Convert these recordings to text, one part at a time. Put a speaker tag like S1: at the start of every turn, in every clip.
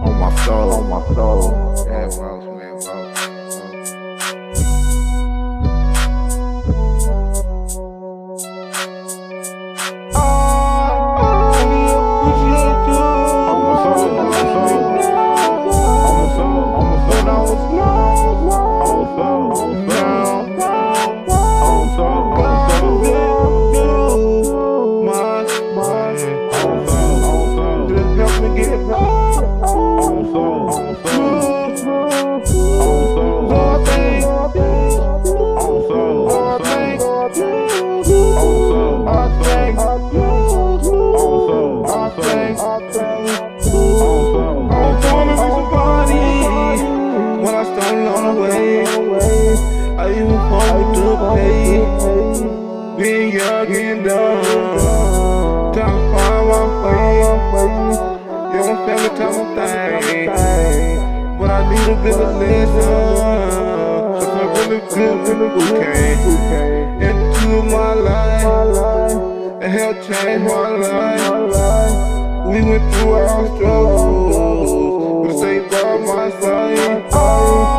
S1: soul, on my soul. Yeah, Wells, man, Wells, Wells. Being young and dumb, time to find my way. You don't feel me, tell me things. But I need a bit of listen. So I'm really good, really okay. Into my life, it helped change my life. We went through our struggles, but stay by my side. Oh,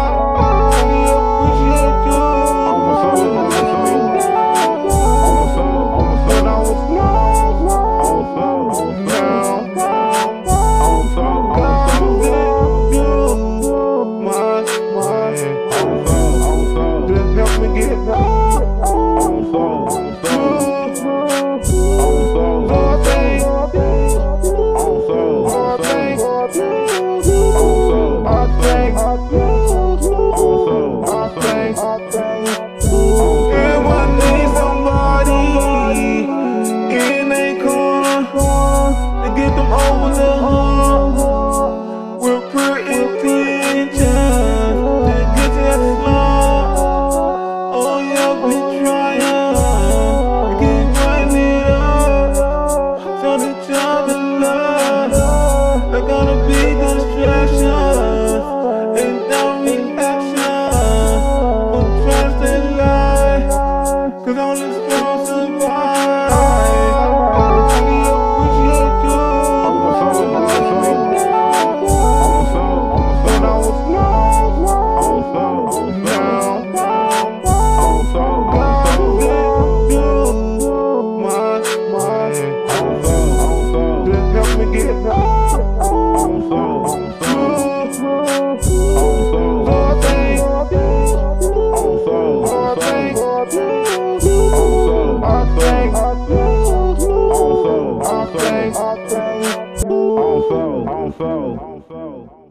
S1: on soul, on soul, on soul.